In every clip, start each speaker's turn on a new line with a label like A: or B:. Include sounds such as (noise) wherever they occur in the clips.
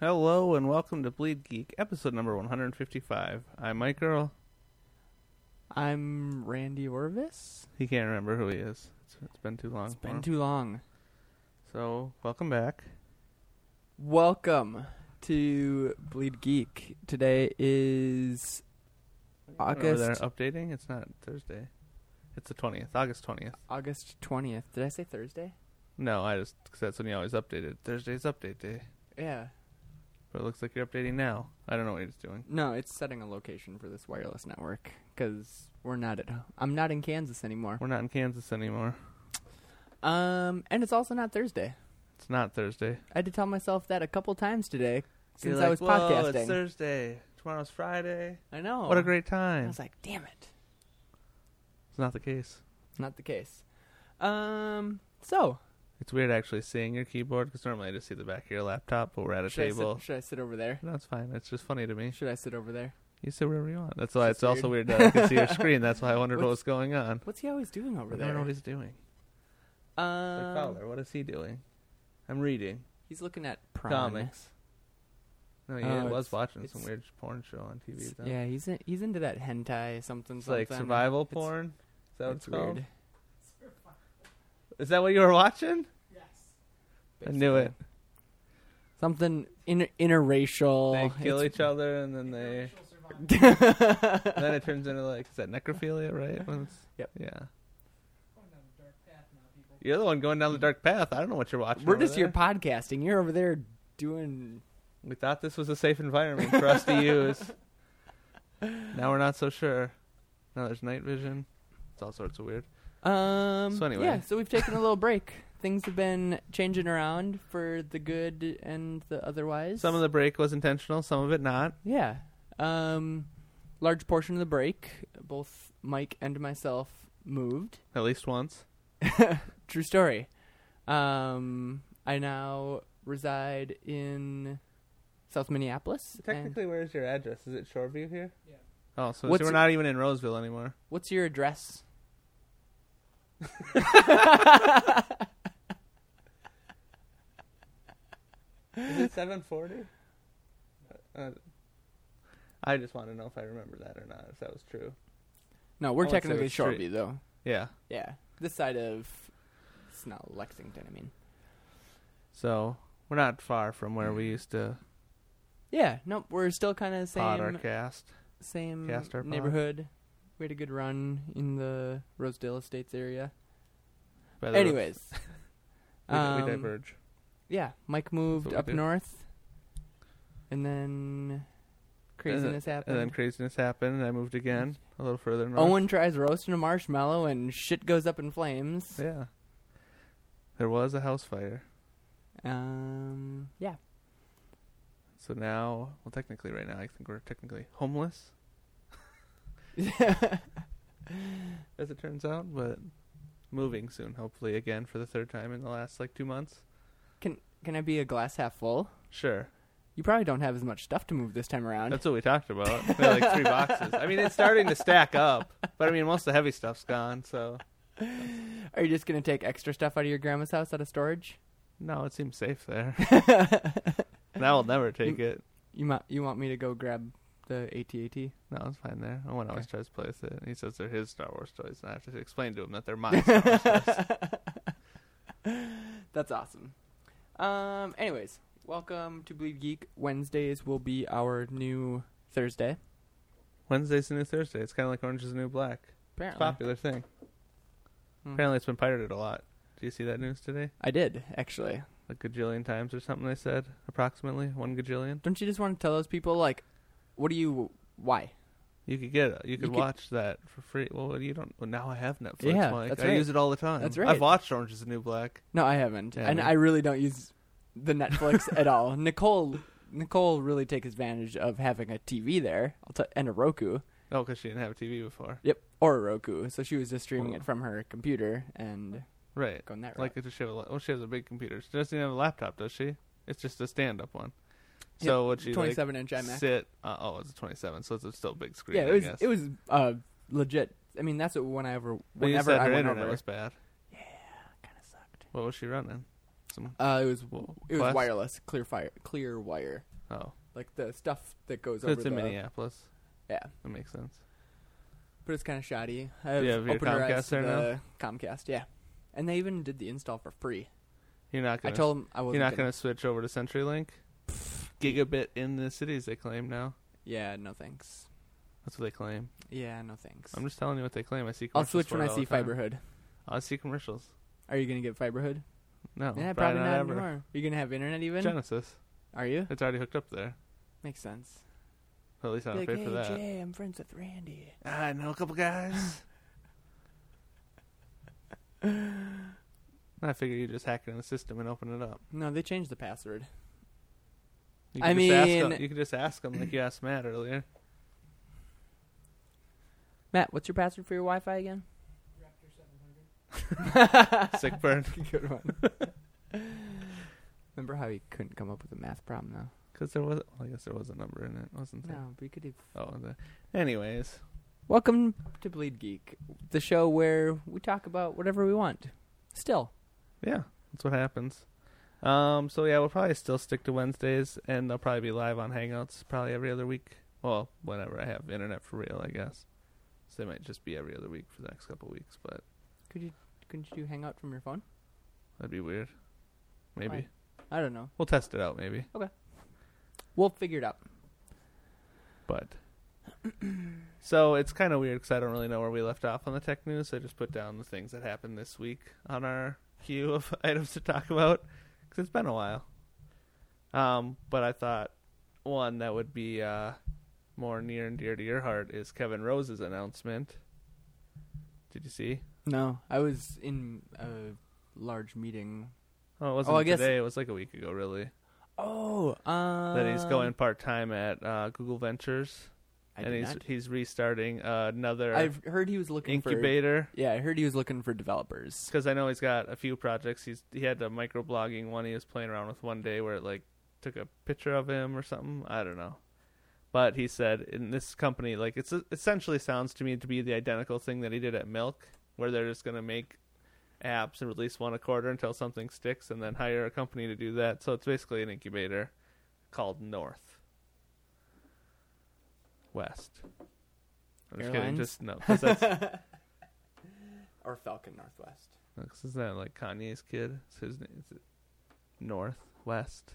A: Hello and welcome to Bleed Geek, episode number 155. I'm Mike Girl.
B: I'm Randy Orvis.
A: He can't remember who he is. It's, it's been too long.
B: It's
A: for
B: been
A: him.
B: too long.
A: so, welcome back.
B: Welcome to Bleed Geek. Today is
A: Remember they're
B: August
A: updating? It's not Thursday. It's the 20th, August 20th.
B: August 20th. Did I say Thursday?
A: No, I just, because that's when you always update it. Thursday's update day.
B: Yeah.
A: But it looks like you're updating now. I don't know what he's doing.
B: No, it's setting a location for this wireless network cuz we're not at I'm not in Kansas anymore.
A: We're not in Kansas anymore.
B: Um and it's also not Thursday.
A: It's not Thursday.
B: I had to tell myself that a couple times today since
A: You're
B: I
A: like,
B: was
A: Whoa, It's
B: podcasting.
A: Thursday. Tomorrow's Friday.
B: I know.
A: What a great
B: I
A: time.
B: was like, "Damn it."
A: It's not the case.
B: Not the case. Um so,
A: It's weird actually seeing your keyboard because normally I just see the back of your laptop, but we're at a
B: should I sit-
A: table.
B: should I sit over there?
A: No, it's fine. It's just funny to me.
B: Should I sit over there?
A: You sit wherever you want. That's why
B: It's
A: it's,
B: just
A: also
B: weird.
A: weird that I can see
B: (laughs)
A: your screen. That's why I wondered what was going on.
B: What's he always doing over
A: I don't know what
B: there?
A: he's doing. Like,
B: Um,
A: Fowler, what is he doing? I'm reading
B: he's looking at porn.
A: comics. No, yeah,
B: Oh,
A: I was
B: it's-
A: watching some
B: it's-
A: weird porn show on TV.
B: It's-
A: though.
B: Yeah, he's in, he's into that hentai something.
A: it's like
B: something.
A: survival
B: It's-
A: porn. Is that what it's
B: it's weird.
A: called? Is that what you were watching? I knew it.
B: Something inter- interracial.
A: They kill
B: Oh, It's-
A: each
B: (laughs)
A: other and then they. and then it turns into like is that necrophilia,
B: (laughs)
A: right? When it's-
B: Yep.
A: Yeah. You're the one going down the dark path. I don't know what you're watching.
B: We're
A: over
B: just here
A: there.
B: podcasting. You're over there doing.
A: We thought this was a safe environment for us
B: (laughs)
A: to use. Now we're not so sure. Now there's night vision. It's all sorts of weird.
B: Um.
A: So anyway.
B: yeah. So we've taken a little break. Things have been changing around for the good and the otherwise.
A: Some of the break was intentional, some of it not.
B: Yeah. Um, large portion of the break, both Mike and myself moved.
A: At least once.
B: True story. Um, I now reside in South Minneapolis. And
A: Technically, where's your address? Is it Shoreview here? Yeah. Oh, so
B: What's
A: we're
B: your-
A: not even in Roseville anymore.
B: what's your address?
A: Is it 740? Uh, I just want to know if I remember that or not, if that was true.
B: No,
A: I
B: we're
A: won't say
B: technically
A: which Oh, street.
B: Shoreview, though.
A: Yeah.
B: Yeah, this side of it's not Lexington. I mean,
A: So we're not far from where we used to
B: yeah. Nope, we're still kind of
A: pod our
B: same
A: cast.
B: same
A: cast our pod.
B: neighborhood. We had a good run in the Rosedale Estates area.
A: By the way,
B: Anyways,
A: (laughs) we, di-
B: um,
A: we diverge.
B: Yeah, Mike moved
A: what we
B: up
A: do.
B: north, and then craziness happened.
A: And then craziness happened, and I moved again a little further north.
B: Owen tries roasting a marshmallow, and shit goes up in flames.
A: Yeah. There was a house fire.
B: Um, yeah,
A: So now, well, technically, right now, I think we're technically homeless, as it turns out, but moving soon, hopefully, again for the third time in the last like two months.
B: can I be a glass half full?
A: Sure.
B: You probably don't have as much stuff to move this time around.
A: That's what we talked about. We had, like three boxes. I mean, it's starting to stack up, but I mean, most of the heavy stuff's gone, so.
B: Are you just gonna take extra stuff out of your grandma's house out of storage?
A: No, it seems safe there. and I will never take it.
B: You ma- you want me to go grab the ATAT?
A: No, it's fine there. Owen always
B: Okay.
A: tries to play with it. He says they're his Star Wars toys, and I have to explain to him that they're my Star Wars toys.
B: (laughs) That's awesome. Um, anyways, welcome to Bleed Geek. Wednesdays will be our new Thursday.
A: Wednesday's the new Thursday. It's kind of like Orange is the New Black. It's a
B: Apparently,
A: popular thing.
B: Mm-hmm. Hmm.
A: Apparently, it's been pirated a lot. Do you see that news today?
B: I did actually.
A: A gajillion times or something, they said. Approximately one gajillion.
B: Don't you just want to tell those people like, what do you? Why?
A: You could get, you could
B: could-
A: watch that for free. Well, you don't. Well, now I have Netflix.
B: Yeah,
A: Mike.
B: that's
A: I
B: right.
A: use it all the time.
B: That's
A: I've
B: right.
A: watched Orange is the New Black.
B: No, I haven't,
A: Yeah,
B: and
A: me-
B: I really don't use the
A: (laughs)
B: Netflix at all. Nicole, Nicole really takes advantage of having a TV there I'll t- and a Roku.
A: Oh, because she didn't have a TV before.
B: Yep, or a Roku. So she was just streaming
A: Oh.
B: it from her computer and
A: Right.
B: going that
A: Like,
B: route.
A: does she have a, la- well, she has a big computer. She doesn't even have a laptop, does she? It's just a stand-up one.
B: Yep,
A: So would she like,
B: twenty-seven inch iMac.
A: sit? Uh, oh, it's a 27, so it's a still big screen.
B: Yeah, it
A: I
B: was
A: guess.
B: it was uh, legit. I mean, that's what whenever
A: But Oh, you
B: whenever
A: said
B: I
A: her
B: went
A: internet
B: over,
A: was bad.
B: kind of sucked.
A: What was she running? system?
B: Uh, it was
A: Well,
B: it was
A: glass?
B: wireless, clear fire, clear wire,
A: Oh,
B: like the stuff that goes
A: so
B: over
A: it's in
B: the
A: Minneapolis.
B: yeah.
A: That makes sense.
B: But it's kind of shoddy. I've
A: you have your
B: opened our eyes
A: Comcast
B: to
A: there now?
B: the Comcast, yeah. And they even did the install for free.
A: You're not
B: I
A: gonna.
B: told them I wasn't.
A: you're not
B: gonna-
A: gonna switch over to CenturyLink. Gigabit in the cities they claim now.
B: Yeah, no thanks.
A: That's what they claim.
B: Yeah, no thanks.
A: I'm just telling you what they claim. I see.
B: I'll
A: Commercials
B: switch
A: for
B: when I
A: it all
B: see
A: the time.
B: Fiberhood.
A: I see commercials.
B: Are you gonna get Fiberhood?
A: No,
B: yeah,
A: probably, not, ever.
B: anymore. You're gonna have internet even?
A: Genesis.
B: Are you?
A: It's already hooked up there.
B: Makes sense.
A: Well, at least I
B: Be
A: don't
B: like,
A: pay
B: hey,
A: for that.
B: Jay, I'm friends with Randy.
A: I know a Ah, couple guys. (laughs) I figure you just hack it in the system and open it up.
B: No, they changed the password.
A: You
B: I
A: could just ask 'em-
B: mean-
A: you could just ask them like you asked Matt
B: (laughs)
A: earlier.
B: Matt, what's your password for your Wi-Fi (laughs) again?
A: Sick burn
B: Good one. (laughs) Remember how he couldn't come up with a math problem though?
A: because there was. Well, I guess there was a number in it, wasn't there?
B: No, but you could have.
A: Oh, the, anyways,
B: Welcome to Bleed Geek, the show where we talk about whatever we want. Still,
A: yeah, that's what happens. Um, so yeah, we'll probably still stick to Wednesdays, and they'll probably be live on Hangouts probably every other week. Well, whenever I have internet for real, I guess. So they might just be every other week for the next couple weeks, but
B: could you couldn't you do Hangout from your phone?
A: that'd be weird. Maybe
B: Why? I don't know.
A: we'll test it out. Maybe.
B: We'll figure it out.
A: but so it's kind of weird because I don't really know where we left off on the tech news. I just put down the things that happened this week on our queue of (laughs) items to talk about because it's been a while. Um, but I thought one that would be uh, more near and dear to your heart is Kevin Rose's announcement. Did you see?
B: No, I was in a large meeting.
A: Oh, it wasn't
B: I guess-
A: today. It was like a week ago, really.
B: Oh, um,
A: that he's going part time at uh, Google Ventures,
B: I
A: and
B: did
A: he's
B: not.
A: he's restarting another
B: I've heard he was looking for.
A: incubator.
B: Yeah, I heard he was looking for developers.
A: because I know he's got a few projects. He's he had a microblogging one he was playing around with one day where it like took a picture of him or something. I don't know, but he said in this company like it's essentially sounds to me to be the identical thing that he did at Milk, where they're just gonna make apps and release one a quarter until something sticks, and then hire a company to do that. So it's basically an incubator called North West. I'm just kidding.
B: Airlines?
A: Just no, because that's
B: (laughs) Or Falcon Northwest.
A: Because isn't that like Kanye's kid? It's his name. Is it North West?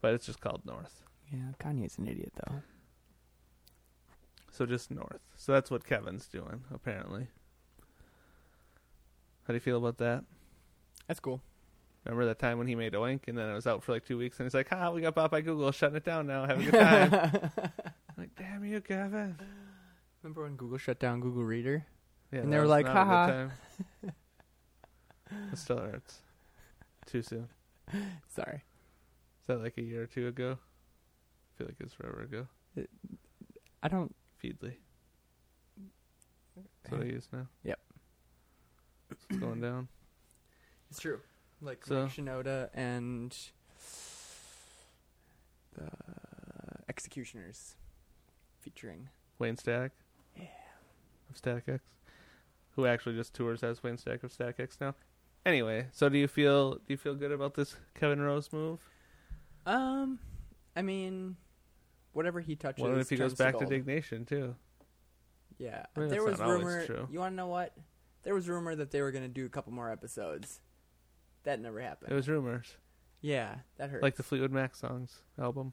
A: But it's just called North.
B: Yeah, Kanye's an idiot though.
A: So just North. So that's what Kevin's doing apparently. How do you feel about that?
B: That's (laughs) cool.
A: Remember that time when he made Oink and then it was out for like two weeks and he's like, "Ha, we got bought by Google, shutting it down now.
B: (laughs)
A: Have a good time." I'm like, damn you, Kevin.
B: Remember when Google shut down Google Reader?
A: Yeah,
B: And
A: that
B: they were
A: was
B: like,
A: not a good
B: "Ha ha." (laughs)
A: time. it still hurts. Too soon.
B: Sorry.
A: Is that like a year or two ago? I feel like it's forever ago.
B: I don't.
A: Feedly. That's what I use now.
B: Yep.
A: It's
B: (clears throat)
A: going down.
B: It's true. Like
A: So-
B: Mike Shinoda and the Executioners featuring.
A: Wayne Static.
B: Yeah.
A: Of Static X. Who actually just tours as Wayne Static of Static X now. Anyway, so do you feel do you feel good about this Kevin Rose move?
B: Um, I mean, whatever he touches.
A: What if he goes
B: turns
A: back to
B: gold.
A: Dignation too?
B: Yeah,
A: I mean,
B: there
A: that's
B: was
A: not always
B: rumor.
A: true.
B: You want to know what? There was rumor that they were going to do a couple more episodes. That never happened.
A: It was rumors.
B: yeah, that hurt.
A: Like the Fleetwood Mac songs album.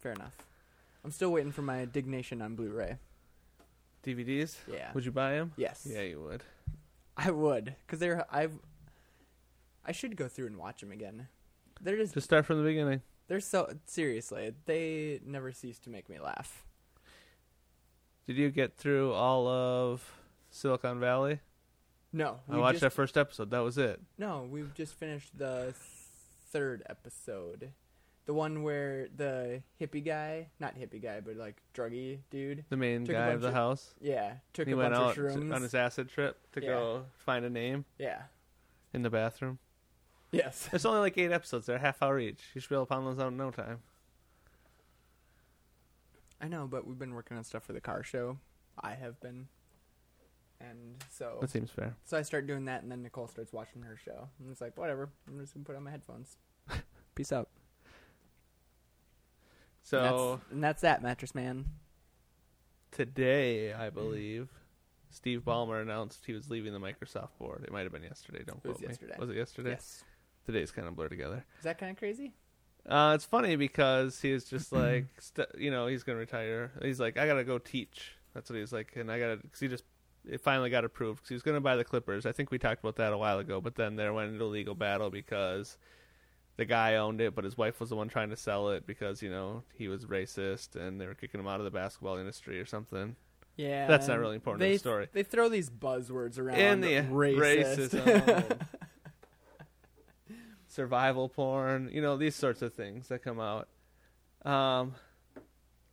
B: fair enough. I'm still waiting for my Dignation on Blu-ray.
A: DVDs?
B: Yeah.
A: Would you buy them?
B: yes.
A: Yeah, you would.
B: I would, cause they're I've. I should go through and watch them again. They're just,
A: Just start from the beginning.
B: they're so seriously they never cease to make me laugh.
A: Did you get through all of Silicon Valley?
B: No,
A: I watched that
B: just,
A: first episode. That was it.
B: No, we've just finished the third episode, the one where the hippie guy, not hippie guy, but like druggy dude,
A: The main
B: Took a
A: guy of
B: bunch
A: the
B: of-
A: house.
B: yeah, took
A: he
B: a
A: went
B: bunch
A: out
B: of shrooms.
A: on his acid trip to
B: Yeah.
A: go find a name
B: yeah.
A: in the bathroom.
B: Yes.
A: There's only like eight episodes. They're half hour each. You should be able to pound those out in no time.
B: I know, but we've been working on stuff for the car show. I have been. And so,
A: That seems fair.
B: so I start doing that, and then Nicole starts watching her show, and it's like whatever. I'm just gonna put on
A: (laughs)
B: my headphones. Peace out.
A: So
B: And that's, and that's that, mattress man.
A: today, I believe, Steve Ballmer announced he was leaving the Microsoft board. It might have been yesterday. Don't
B: It was
A: quote me.
B: yesterday.
A: Was it yesterday?
B: Yes.
A: Today's kind of blurred together.
B: Is that kind of crazy?
A: Uh, it's funny because he was just like, st- you know, he's gonna retire. He's like, I gotta go teach. That's what he's like, and I gotta because he just it finally got approved because he was gonna buy the Clippers. I think we talked about that a while ago, but then there went into a legal battle because the guy owned it, but his wife was the one trying to sell it because you know he was racist and they were kicking him out of the basketball industry or something.
B: Yeah.
A: That's not really important to
B: they,
A: the story.
B: They throw these buzzwords around.
A: And the
B: racist.
A: racism. (laughs) survival porn, you know, these sorts of things that come out. Um,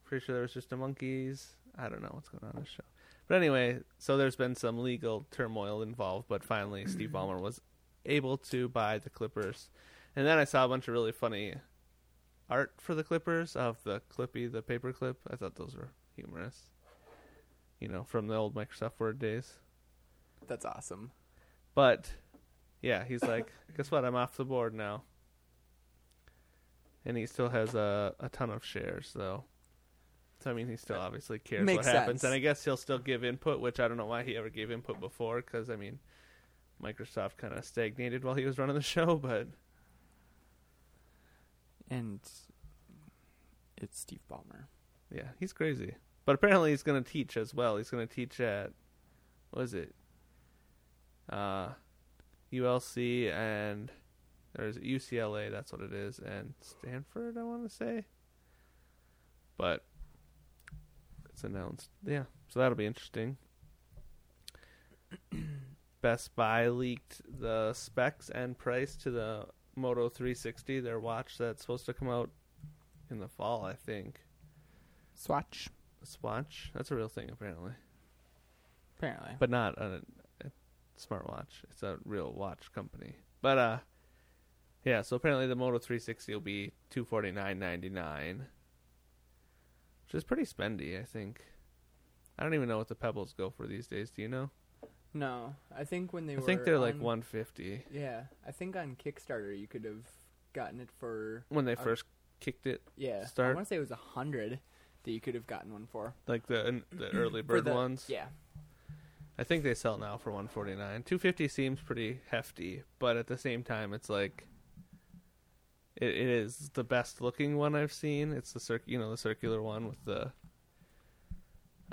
A: pretty sure there was just a monkeys. I don't know what's going on in this show. But anyway, so there's been some legal turmoil involved, but (clears throat) finally Steve Ballmer was able to buy the Clippers. And then I saw a bunch of really funny art for the Clippers of the Clippy, the paperclip. I thought those were humorous. You know, from the old Microsoft Word days.
B: (laughs) That's awesome.
A: But yeah, he's like, guess what? I'm off the board now. And he still has a a ton of shares though. So I mean, he still obviously cares
B: Makes
A: what happens,
B: sense.
A: and I guess he'll still give input, which I don't know why he ever gave input before, because I mean, Microsoft kind of stagnated while he was running the (laughs) show, but
B: And it's Steve Ballmer.
A: yeah, he's crazy. But apparently, he's going to teach as well. He's going to teach at what is it? Uh, ULC and there's UCLA. That's what it is, and Stanford. I want to say, but it's announced. Yeah, so that'll be interesting. (coughs) Best Buy leaked the specs and price to the Moto 360, their watch that's supposed to come out in the fall, I think.
B: Swatch.
A: Swatch. That's a real thing, apparently,
B: Apparently.
A: but not a, a smartwatch. It's a real watch company. But uh, yeah. So apparently, the Moto 360 will be 249.99, which is pretty spendy. I think. I don't even know what the Pebbles go for these days. Do you know?
B: no, I think when they
A: I
B: were.
A: think they're like
B: on-
A: 150
B: Yeah, I think on Kickstarter you could have gotten it for
A: when they
B: Uh,
A: first kicked it,
B: yeah. I
A: Start.
B: want to say it was a hundred that you could have gotten one for.
A: like the
B: (clears throat)
A: the early
B: For
A: bird
B: the-
A: ones.
B: Yeah,
A: I think they sell now for 149. 250 seems pretty hefty, but at the same time it's like it, it is the best looking one I've seen. It's the cir- you know the circular one with the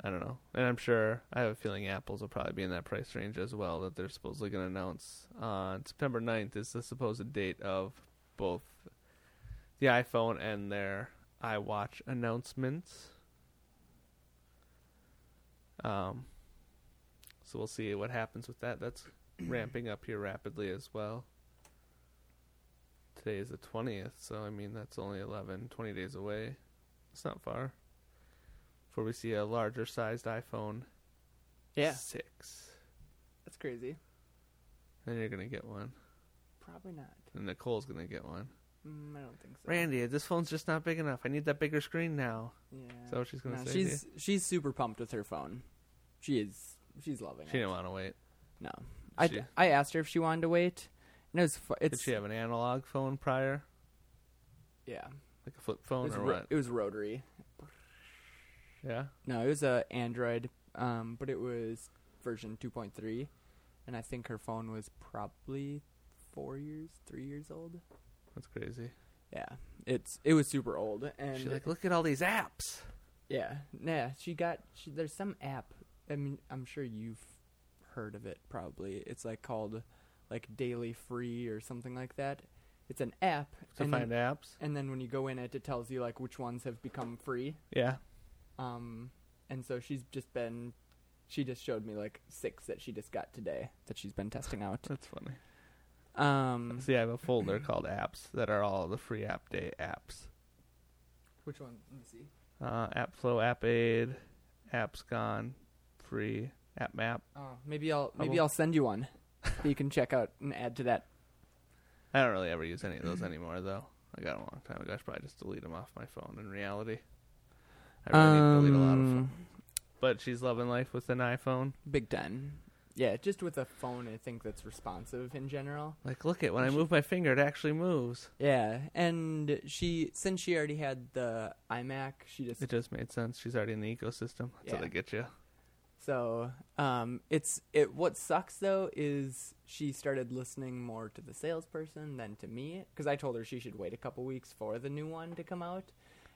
A: I don't know. And I'm sure I have a feeling Apple's will probably be in that price range as well that they're supposedly going to announce on September 9th is the supposed date of both the iPhone and their iWatch announcements. Um so we'll see what happens with that. (clears throat) That's ramping up here rapidly as well. Today is the 20th, so I mean, that's only 11, 20 days away. It's not far. Before we see a larger sized iPhone
B: yeah,
A: 6.
B: that's crazy.
A: Then you're going to get one.
B: Probably not.
A: And Nicole's going to get one.
B: Mm, I don't think so.
A: Randy, this phone's just not big enough. I need that bigger screen now.
B: Yeah.
A: Is that what she's going
B: No,
A: to say? to you?
B: she's she's super pumped with her phone. She is. She's loving
A: she
B: it.
A: didn't want to wait.
B: No, I
A: She-
B: I asked her if she wanted to wait, and it was fu-
A: Did
B: it's
A: she have an analog phone prior?
B: yeah.
A: Like a flip
B: It
A: phone
B: was,
A: or
B: ro-
A: what?
B: it was rotary.
A: Yeah.
B: No, it was a Android, um, but it was version two point three, and I think her phone was probably four years, three years old.
A: That's crazy.
B: Yeah, it's it was super old, and
A: She's like, look at all these apps.
B: Yeah, yeah. She got. She, there's some app. I mean, I'm sure you've heard of it. Probably it's like called like Daily Free or something like that. It's an app,
A: To
B: and,
A: find
B: then,
A: apps.
B: and then when you go in it, it tells you like which ones have become free.
A: Yeah.
B: Um, and so she's just been. She just showed me like six that she just got today that she's been testing out.
A: That's funny.
B: Um,
A: See, I have a folder called apps that are all the free app day apps.
B: which one? Let me see.
A: Uh, AppFlow, AppAid, Apps Gone, Free, App Map.
B: Oh, maybe I'll maybe
A: Bubble.
B: I'll send you one that you can check out and add to that.
A: I don't really ever use any of those
B: Mm-hmm.
A: anymore, though. I got 'em a long time ago. I should probably just delete them off my phone in reality. I really need to delete a lot of
B: Um,
A: them. But she's loving life with an iPhone.
B: Big time. Yeah, just with a phone, I think that's responsive in general.
A: Like, look at when I move my finger, it actually moves.
B: Yeah, and she since she already had the iMac, she just
A: It just made sense. She's already in the ecosystem. That's how
B: Yeah.
A: they get you.
B: So um, it's it. What sucks though is she started listening more to the salesperson than to me because I told her she should wait a couple weeks for the new one to come out,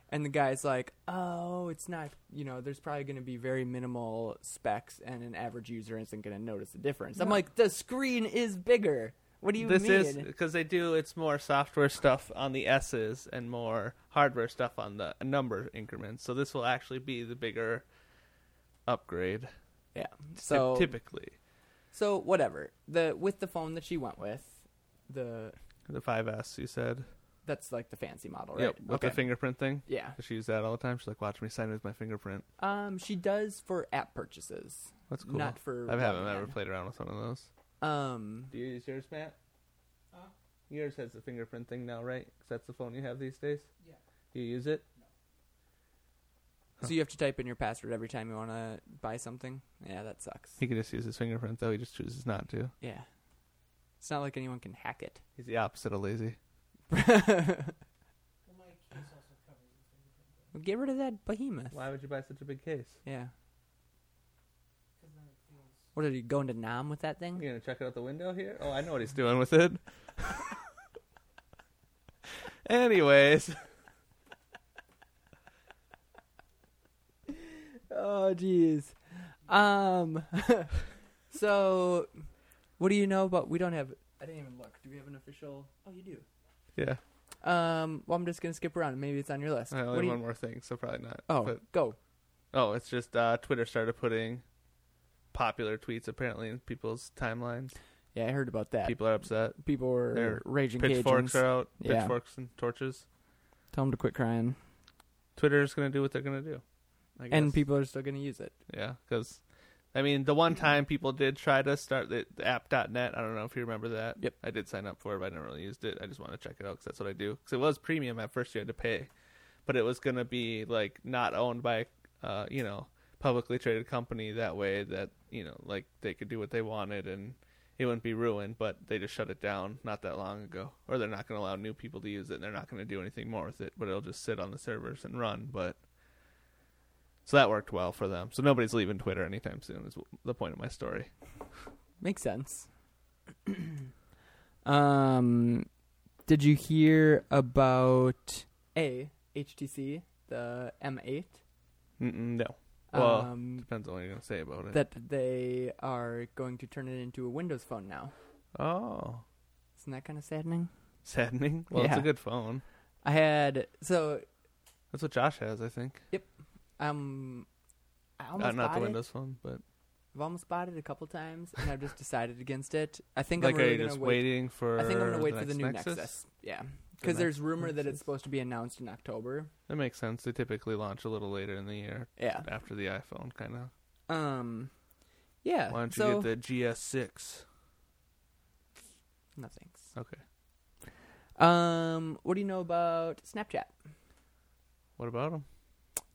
B: and the guy's like, "Oh, it's not. You know, there's probably going to be very minimal specs, and an average user isn't going to notice the difference." I'm like, "The screen is bigger. What do you
A: this
B: mean?"
A: is because they do. It's more software stuff on the S's and more hardware stuff on the number increments. So this will actually be the bigger upgrade.
B: yeah.
A: typ-
B: So
A: typically,
B: so whatever. The with the phone that she went with, the
A: the 5S you said.
B: that's like the fancy model, right?
A: Yep, with the fingerprint thing.
B: yeah.
A: Does she use that all the time? She's like, watch me sign with my fingerprint.
B: Um, she does for app purchases.
A: That's cool.
B: Not for.
A: I haven't
B: one
A: ever
B: man.
A: played around with one of those.
B: Um,
A: Do you use yours, Matt? Yours has the fingerprint thing now, right? 'Cause that's the phone you have these days.
C: Yeah.
A: Do you use it?
B: so you have to type in your password every time you want to buy something. Yeah, that sucks.
A: He could just use his fingerprint though. He just chooses not to.
B: Yeah, it's not like anyone can hack it. (laughs)
A: He's the opposite of lazy.
C: Well, my case also covers the fingerprint, though,
B: Get rid of that behemoth.
A: Why would you buy such a big case?
B: Yeah.
C: because then it feels.
B: What are you going to Nam with that thing?
A: You gonna check it out the window here? Oh, I know what he's doing with it. (laughs) Anyways,
B: Oh, jeez. Um. (laughs) so, what do you know about? We don't have. I didn't even look. Do we have an official? Oh, you do.
A: yeah,
B: Um. Well, I'm just gonna skip around. Maybe it's on your list.
A: I
B: What
A: only
B: do
A: have
B: you-
A: one more thing, so probably not.
B: Oh,
A: But-
B: go.
A: oh, it's just uh, Twitter started putting popular tweets apparently in people's timelines.
B: Yeah, I heard about that.
A: People are upset.
B: people were
A: They're
B: raging
A: Pitchforks
B: Cajuns.
A: are out.
B: Yeah.
A: Pitchforks and torches.
B: Tell them to quit crying.
A: Twitter's gonna do what they're gonna do. I guess.
B: And people are still going to use it.
A: Yeah, because I mean, the one time people did try to start the, the app.net. I don't know if you remember that.
B: Yep.
A: I did sign up for it, but I never really used it. I just want to check it out because that's what I do. Because it was premium at first; you had to pay, but it was going to be like not owned by, uh, you know, publicly traded company. That way, that you know, like they could do what they wanted and it wouldn't be ruined. But they just shut it down not that long ago, or they're not going to allow new people to use it. and They're not going to do anything more with it, but it'll just sit on the servers and run. But so that worked well for them. So nobody's leaving Twitter anytime soon. Is the point of my story.
B: Makes sense. (clears throat) um, did you hear about A, HTC, the M8?
A: Mm-mm, no, Well,
B: um,
A: depends on what you're gonna say about it.
B: that they are going to turn it into a Windows phone now.
A: oh,
B: Isn't that kind of saddening?
A: saddening. Well, it's a
B: Yeah.
A: good phone.
B: I had, so,
A: That's what Josh has, I think.
B: um, I
A: Uh,
B: almost
A: not
B: bought
A: the
B: it.
A: Windows phone, but
B: I've almost bought it a couple times, and I've just decided against it. I think
A: like, are
B: I'm really
A: you
B: going to
A: just
B: wait
A: waiting for?
B: I think I'm gonna wait for
A: next
B: the new Nexus. Yeah, because
A: next
B: there's rumor that
A: Nexus.
B: it's supposed to be announced in October.
A: That makes sense. They typically launch a little later in the year
B: Yeah.
A: after the iPhone, kind of.
B: Um. Yeah.
A: Why don't you
B: so,
A: get the GS6?
B: No thanks.
A: Okay.
B: Um. What do you know about Snapchat?
A: What about them?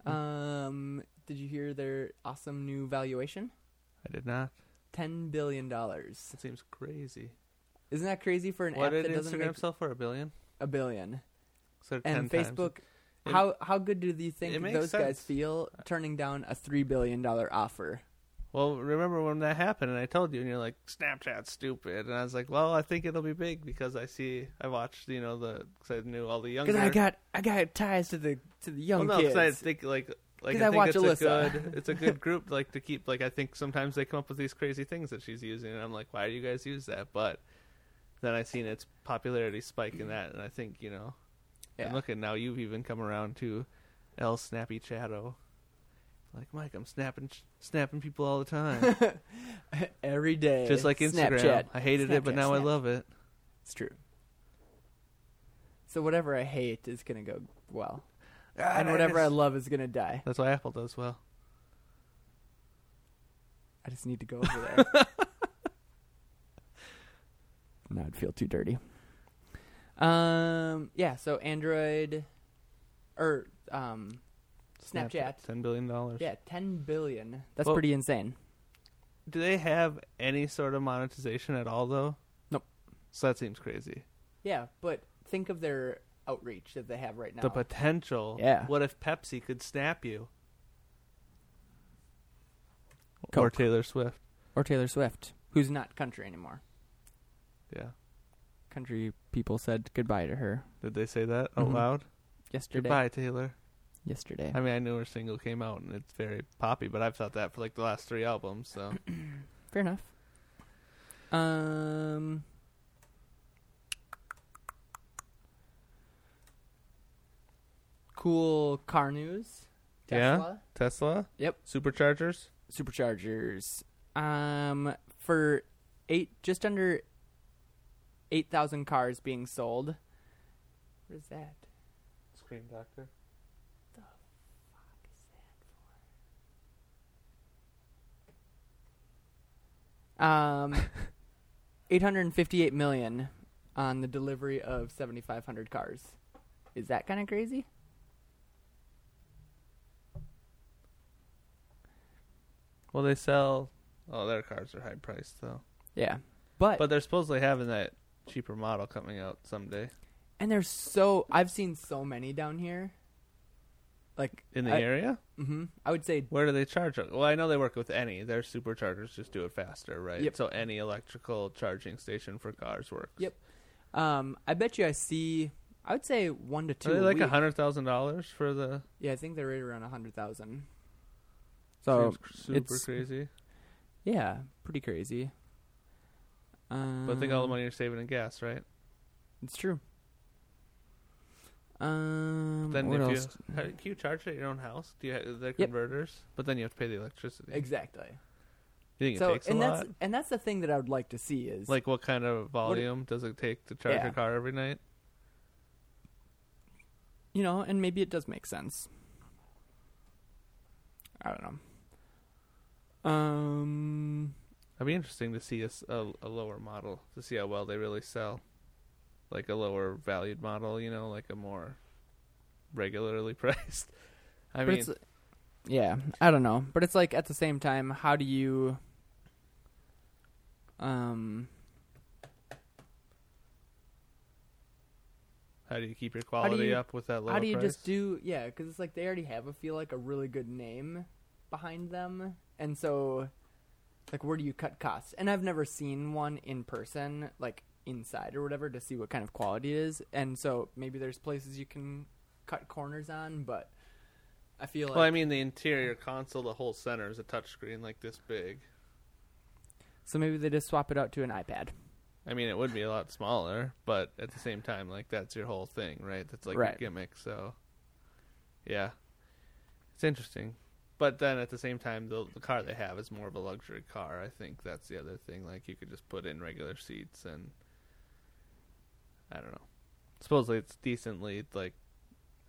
A: Hmm.
B: Um. Did you hear their awesome new valuation?
A: I did not.
B: Ten billion dollars.
A: It seems crazy.
B: Isn't that crazy for an
A: What
B: app
A: did
B: that doesn't
A: Instagram
B: make
A: sell for? A billion.
B: a billion?
A: So 10
B: And
A: times.
B: Facebook.
A: It-
B: how how good do you think
A: it makes
B: those guys
A: sense.
B: feel turning down a three billion dollar offer?
A: Well, remember when that happened and I told you and you're like Snapchat's stupid and I was like, "Well, I think it'll be big because I see I watched, you know, the cuz I knew all the younger
B: Because I got I got ties to the to the
A: Well,
B: young
A: no, 'cause
B: kids.
A: I think like like
B: 'Cause
A: I,
B: I
A: think
B: watch
A: it's
B: Alyssa.
A: a good it's a good group like to keep like I think sometimes they come up with these crazy things that she's using and I'm like, "Why do you guys use that?" But then I seen its popularity spike in that and I think, you know,
B: Yeah.
A: and look at now you've even come around to El Snappy Chatto. Like, "Mike, I'm snapping snapping people all the time."
B: every day.
A: just like Instagram.
B: Snapchat.
A: I hated it, but
B: Snapchat,
A: now I
B: Snapchat.
A: love it.
B: It's true. So whatever I hate is gonna go well, and whatever Ah, I love is gonna die.
A: That's why Apple does well.
B: I just need to go over there. (laughs) now I'd feel too dirty. Um. Yeah. So Android, or um, Snapchat.
A: ten billion dollars.
B: yeah, ten billion. That's
A: Well-
B: pretty insane.
A: do they have any sort of monetization at all though?
B: Nope.
A: So that seems crazy.
B: Yeah, but think of their outreach that they have right now.
A: The potential.
B: Yeah.
A: What if Pepsi could snap you? Or
B: Coke.
A: Taylor Swift.
B: or Taylor Swift, who's not country anymore.
A: Yeah.
B: Country people said goodbye to her
A: Did they say that out
B: Mhm.
A: loud?
B: yesterday.
A: Goodbye, Taylor.
B: Yesterday.
A: I mean, I knew her single came out and it's very poppy, but I've thought that for like the last three albums.
B: (clears throat)
A: So
B: Fair enough. Um. Cool car news.
A: Yeah?
B: Tesla.
A: Tesla.
B: Yep.
A: Superchargers.
B: Superchargers. Um, for eight, just under eight thousand cars being sold. What is that?
A: Screen Doctor.
B: (laughs) Um, eight hundred fifty-eight million on the delivery of seventy-five hundred cars. Is that kind of crazy?
A: Well, they sell. Oh, their cars are high priced though.
B: Yeah, but,
A: But they're supposedly having that cheaper model coming out someday
B: and there's so I've seen so many down here. Like
A: in the
B: I,
A: area.
B: hmm I would say
A: Where do they charge it? Well, I know they work with any. Their superchargers just do it faster, right?
B: Yep.
A: So any electrical charging station for cars works.
B: Yep. Um, I bet you I see. I would say one to two.
A: Are they
B: a
A: like
B: week.
A: a hundred thousand dollars for the?
B: Yeah, I think they're right around a hundred thousand. So
A: So super
B: it's-
A: crazy.
B: yeah, pretty crazy. Um,
A: But think all the money you're saving in gas, right?
B: It's true. Um,
A: Then
B: what
A: if
B: else?
A: you how- can you charge it at your own house? Do you have the converters? But then you have to pay the electricity.
B: exactly.
A: You think
B: So
A: it takes a
B: and that's
A: lot?
B: and that's the thing that I would like to see is
A: Like what kind of volume does it take to charge
B: Yeah.
A: your car every night?
B: you know, and maybe it does make sense. I don't know. Um,
A: It'd be interesting to see a, s- a- a lower model to see how well they really sell, like a lower valued model. You know, like a more regularly (laughs) priced. I
B: but
A: mean,
B: it's, uh, yeah, I don't know, but it's like at the same time, how do you, um,
A: how do you keep your quality
B: you-
A: up with that lower
B: how do you
A: price?
B: just do yeah? Because it's like they already have I feel like a really good name behind them, and so like where do you cut costs? And I've never seen one in person, like inside or whatever, to see what kind of quality it is, and so maybe there's places you can cut corners on, but I feel like
A: well, I mean, the interior console, the whole center is a touchscreen like this big.
B: so maybe they just swap it out to an iPad.
A: I mean, it would be a lot smaller, but at the same time, like that's your whole thing, right? That's like
B: Right.
A: your gimmick. So, yeah, it's interesting. But then at the same time, the, the car they have is more of a luxury car. I think that's the other thing. Like you could just put in regular seats, and I don't know. Supposedly it's decently like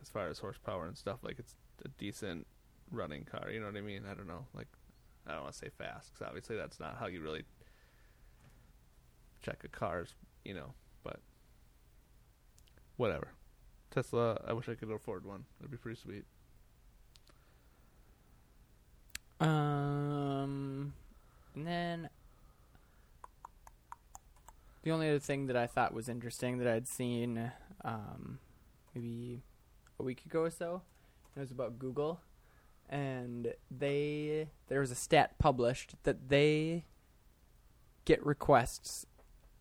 A: as far as horsepower and stuff. Like it's a decent running car. You know what I mean? I don't know. Like I don't want to say fast because obviously that's not how you really check a car's, you know, but whatever. Tesla, I wish I could afford one. That'd be pretty sweet.
B: Um, and then the only other thing that I thought was interesting that I'd seen, um, maybe a week ago or so, it was about Google, and they there was a stat published that they get requests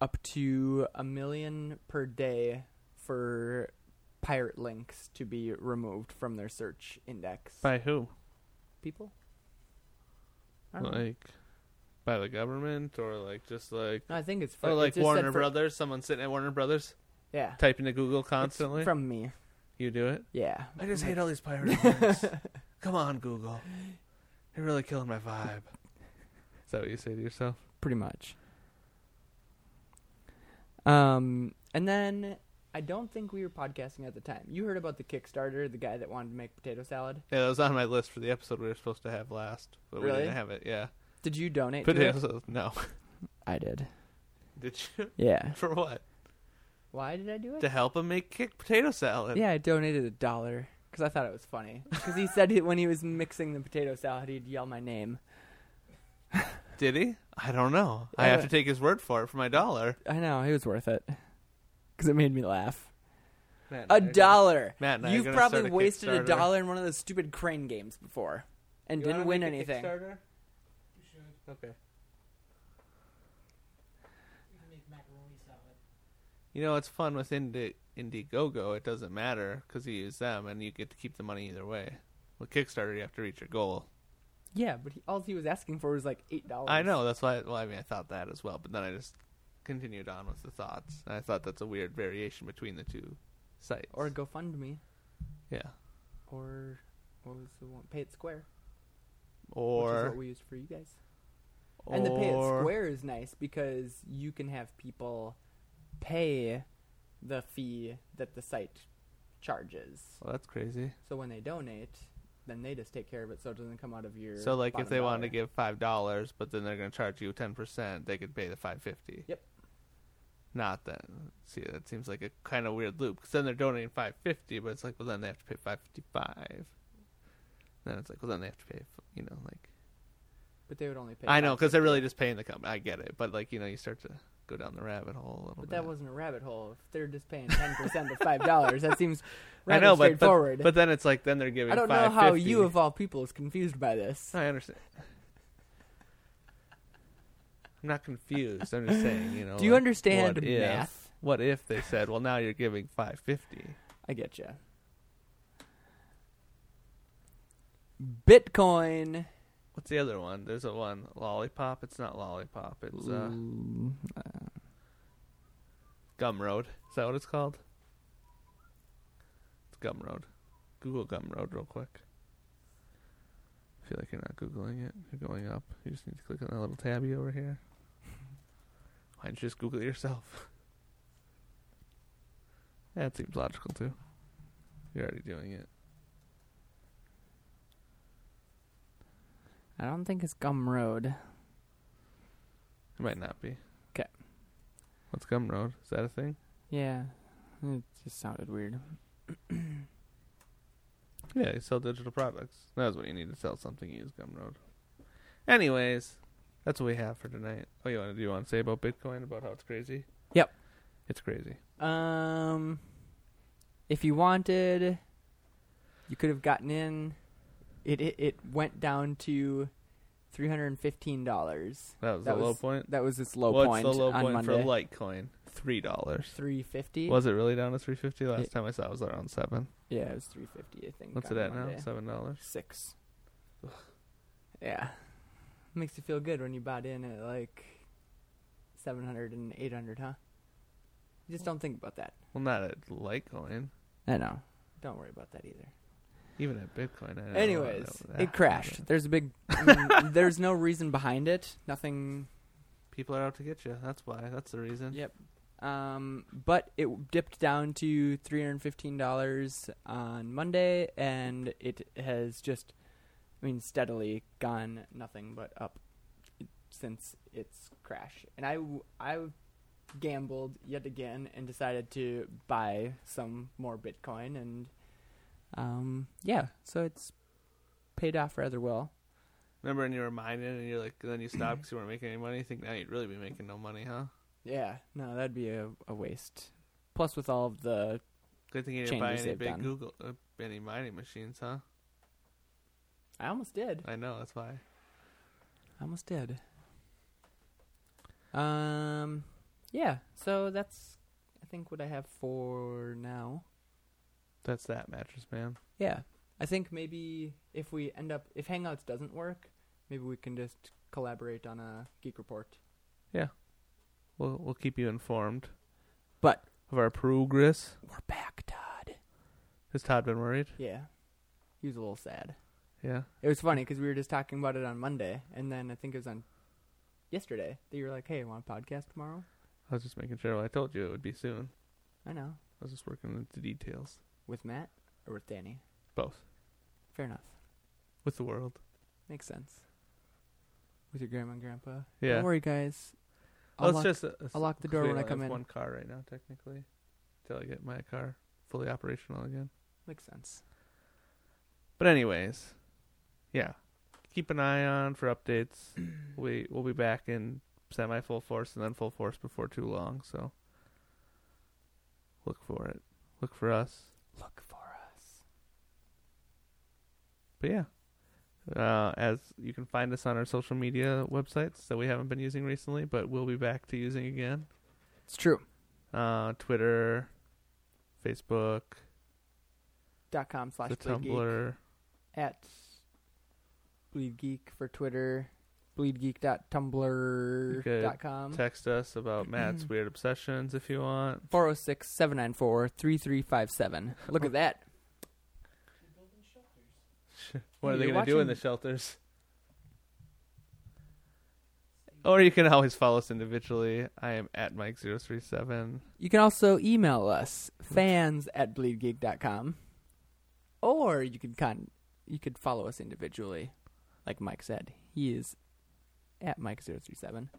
B: up to a million per day for pirate links to be removed from their search index.
A: By who?
B: people. I don't know.
A: Like by the government or like just like
B: No, I think it's for
A: or
B: it
A: oh, like
B: just said
A: Warner
B: for-
A: Brothers, someone sitting at Warner Brothers
B: Yeah, It's
A: typing to Google constantly.
B: from me.
A: you do it?
B: Yeah,
A: I just hate all
B: (laughs)
A: these pirate things. Come on, Google. You're really killing my vibe. Is that what you say to yourself?
B: pretty much. Um, and then I don't think we were podcasting at the time. You heard about the Kickstarter, the guy that wanted to make potato salad.
A: Yeah, that was on my list for the episode we were supposed to have last, but we
B: Really?
A: didn't have it. Yeah,
B: Did you donate?
A: but
B: to
A: yeah,
B: it?
A: so- no. (laughs)
B: I did.
A: Did you?
B: Yeah.
A: For what?
B: Why did I do it?
A: to help him make kick potato salad.
B: Yeah, I donated a dollar because I thought it was
A: (laughs)
B: funny. Because he said he, when he was mixing the potato salad, he'd yell my name.
A: Did he? I don't know. I
B: Uh,
A: have to take his word for it for my dollar.
B: I know it was worth it because it made me laugh.
A: Matt and I
B: A
A: are gonna-
B: dollar.
A: Matt and I are
B: You've
A: gonna
B: probably
A: start a
B: wasted a
A: Kickstarter.
B: dollar in one of those stupid crane games before, and
A: You
B: didn't
A: wanna
B: win
A: make a
B: anything.
A: Kickstarter?
C: You should.
A: Okay.
C: You can make macaroni salad.
A: You know, it's fun with Indi- Indiegogo. It doesn't matter because you use them and you get to keep the money either way. With Kickstarter, you have to reach your goal.
B: Yeah, but he, all he was asking for was like eight dollars.
A: I know. That's why. Well, I mean, I thought that as well, but then I just continued on with the thoughts. And I thought that's a weird variation between the two sites.
B: Or GoFundMe,
A: yeah,
B: or what was the one? Pay it square, which is
A: or
B: what we used for you guys.
A: or
B: And the pay it square is nice because you can have people pay the fee that the site charges.
A: Well, that's crazy.
B: So when they donate, then they just take care of it, so it doesn't come out of your.
A: So, like, if
B: bottom
A: they wanted to
B: dollar.
A: give five dollars, but then they're going to charge you ten percent, they could pay the five fifty.
B: Yep.
A: Not that. See, that seems like a kind of weird loop because then they're donating five fifty, but it's like, well, then they have to pay five fifty five. Then it's like, well, then they have to pay, you know, like
B: but they would only pay.
A: I know because they're really
B: $5.50.
A: just paying the company. I get it, but like, you know, you start to go down the rabbit hole a little
B: But
A: bit.
B: that wasn't a rabbit hole. If they're just paying ten percent of five dollars, that seems
A: (laughs) I
B: rather
A: know, but,
B: straightforward.
A: but but then it's like, then they're giving.
B: I don't know how you of all people is confused by this.
A: I understand. I'm not confused. I'm just saying, you know.
B: Do you
A: like,
B: understand
A: what if-
B: math?
A: what if they said, "Well, now you're giving 550."
B: I get you. Bitcoin.
A: What's the other one? There's a one, Lollipop. It's not Lollipop. It's uh,
B: Mm,
A: Gumroad. Is that what it's called? It's Gumroad. Google Gumroad real quick. I feel like you're not googling it. You're going up. You just need to click on that little tabby over here. (laughs) Why don't you just Google it yourself? (laughs) that seems logical too. You're already doing it.
B: I don't think it's Gumroad.
A: It might not be.
B: 'Kay.
A: What's Gumroad? Is that a thing?
B: Yeah, it just sounded weird.
A: Yeah, you sell digital products. That's what you need to sell something. You use Gumroad. Anyways, that's what we have for tonight. Oh, you want to do you want to say about Bitcoin about how it's crazy?
B: Yep.
A: it's crazy.
B: Um, if you wanted, you could have gotten in. It it, it went down to three hundred and fifteen dollars.
A: That was
B: That
A: the low
B: was
A: point.
B: That was its low
A: What's
B: point
A: the low
B: on
A: point for
B: Monday.
A: Litecoin? Three dollars.
B: three fifty.
A: Was it really down to three fifty last
B: It-
A: time I saw? It was around seven.
B: Yeah, it was three fifty. I think.
A: What's
B: on
A: it at
B: Monday.
A: now? Seven dollars.
B: Six. Yeah, makes you feel good when you bought in at like 700 and 800, huh? You just don't think about that.
A: Well, not at Litecoin.
B: I know. Don't worry about that either.
A: Even at Bitcoin. I don't know what
B: Anyways,
A: that-
B: it crashed. There's a big. I mean, (laughs) there's no reason behind it. Nothing.
A: People are out to get you. That's why. That's the reason.
B: Yep. Um, but it dipped down to three hundred fifteen dollars on Monday, and it has just, I mean, steadily gone nothing but up since its crash. And I, w- I gambled yet again and decided to buy some more Bitcoin, and um, yeah, so it's paid off rather well.
A: Remember when you were mining and you're like, then you
B: (clears throat)
A: stopped because you weren't making any money. You think now you'd really be making no money, huh?
B: Yeah, no, that'd be a, a waste. Plus, with all of the
A: Good thing you didn't buy
B: Changes
A: any
B: they've
A: big
B: done.
A: Google, uh, any mining machines, huh?
B: I almost did.
A: I know that's why.
B: I almost did. Um, yeah. So that's, I think, what I have for now.
A: That's that mattress man.
B: Yeah. I think maybe if we end up, if Hangouts doesn't work, maybe we can just collaborate on a geek report.
A: We'll we'll keep you informed.
B: But-
A: of our progress,
B: We're back, Todd.
A: has Todd been worried?
B: Yeah. He was a little sad.
A: Yeah.
B: It was funny because we were just talking about it on Monday, and then I think it was on yesterday that you were like, "Hey, want a podcast tomorrow?"
A: I was just making sure. I told you it would be soon.
B: I know.
A: I was just working with the details.
B: With Matt or with Danny?
A: Both
B: Fair enough.
A: with the world.
B: Makes sense. With your grandma and grandpa.
A: Yeah.
B: Don't worry, guys.
A: Well,
B: I'll
A: it's
B: lock,
A: just. uh,
B: I'll lock the door when I come in.
A: One car right now, technically, till I get my car fully operational again.
B: Makes sense.
A: But anyways, yeah, keep an eye on for updates. we we'll be back in semi full force and then full force before too long. So look for it. Look for us.
B: Look for us.
A: But yeah. Uh, as you can find us on our social media websites that we haven't been using recently, but we'll be back to using again.
B: It's true.
A: uh, Twitter, Facebook,
B: Dot com slash
A: the
B: Bleed Geek.
A: Tumblr.
B: at Bleed Geek for Twitter. Bleedgeek.tumblr.com.
A: Text us about Matt's weird obsessions if you want.
B: 406 794 3357. Look at that.
C: We're building shelters.
A: What are they
B: You're
A: going to do in
B: watching-
A: the shelters? (laughs) Or you can always follow us individually. I am at Mike037.
B: You can also email us, fans at bleedgeek.com. Or you could con- you could follow us individually. Like Mike said, he is at Mike037.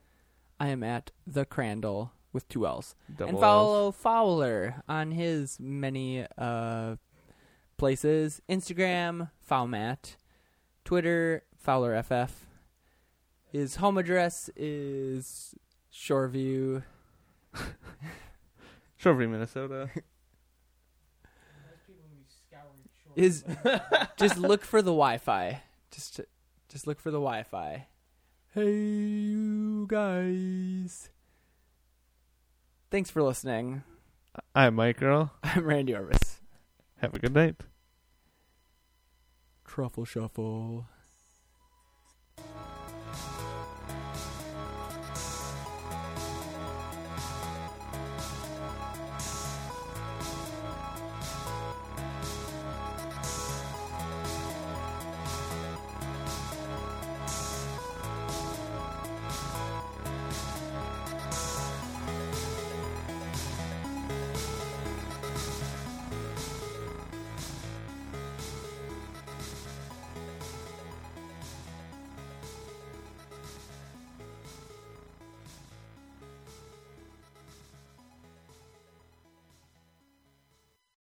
B: I am at the Crandall with two L's.
A: Double
B: and follow Fowler on his many uh, places: Instagram, Fowmat, Twitter, FowlerFF. His home address is Shoreview.
A: L's. Shoreview, Minnesota. (laughs)
C: Most people will be scouring shorters.
B: Is just look for the Wi-Fi. Just, just look for the Wi-Fi. Hey, you guys! Thanks for listening. (laughs)
A: I'm Mike Girl.
B: I'm Randy Orvis.
A: Have a good night.
B: Truffle Shuffle.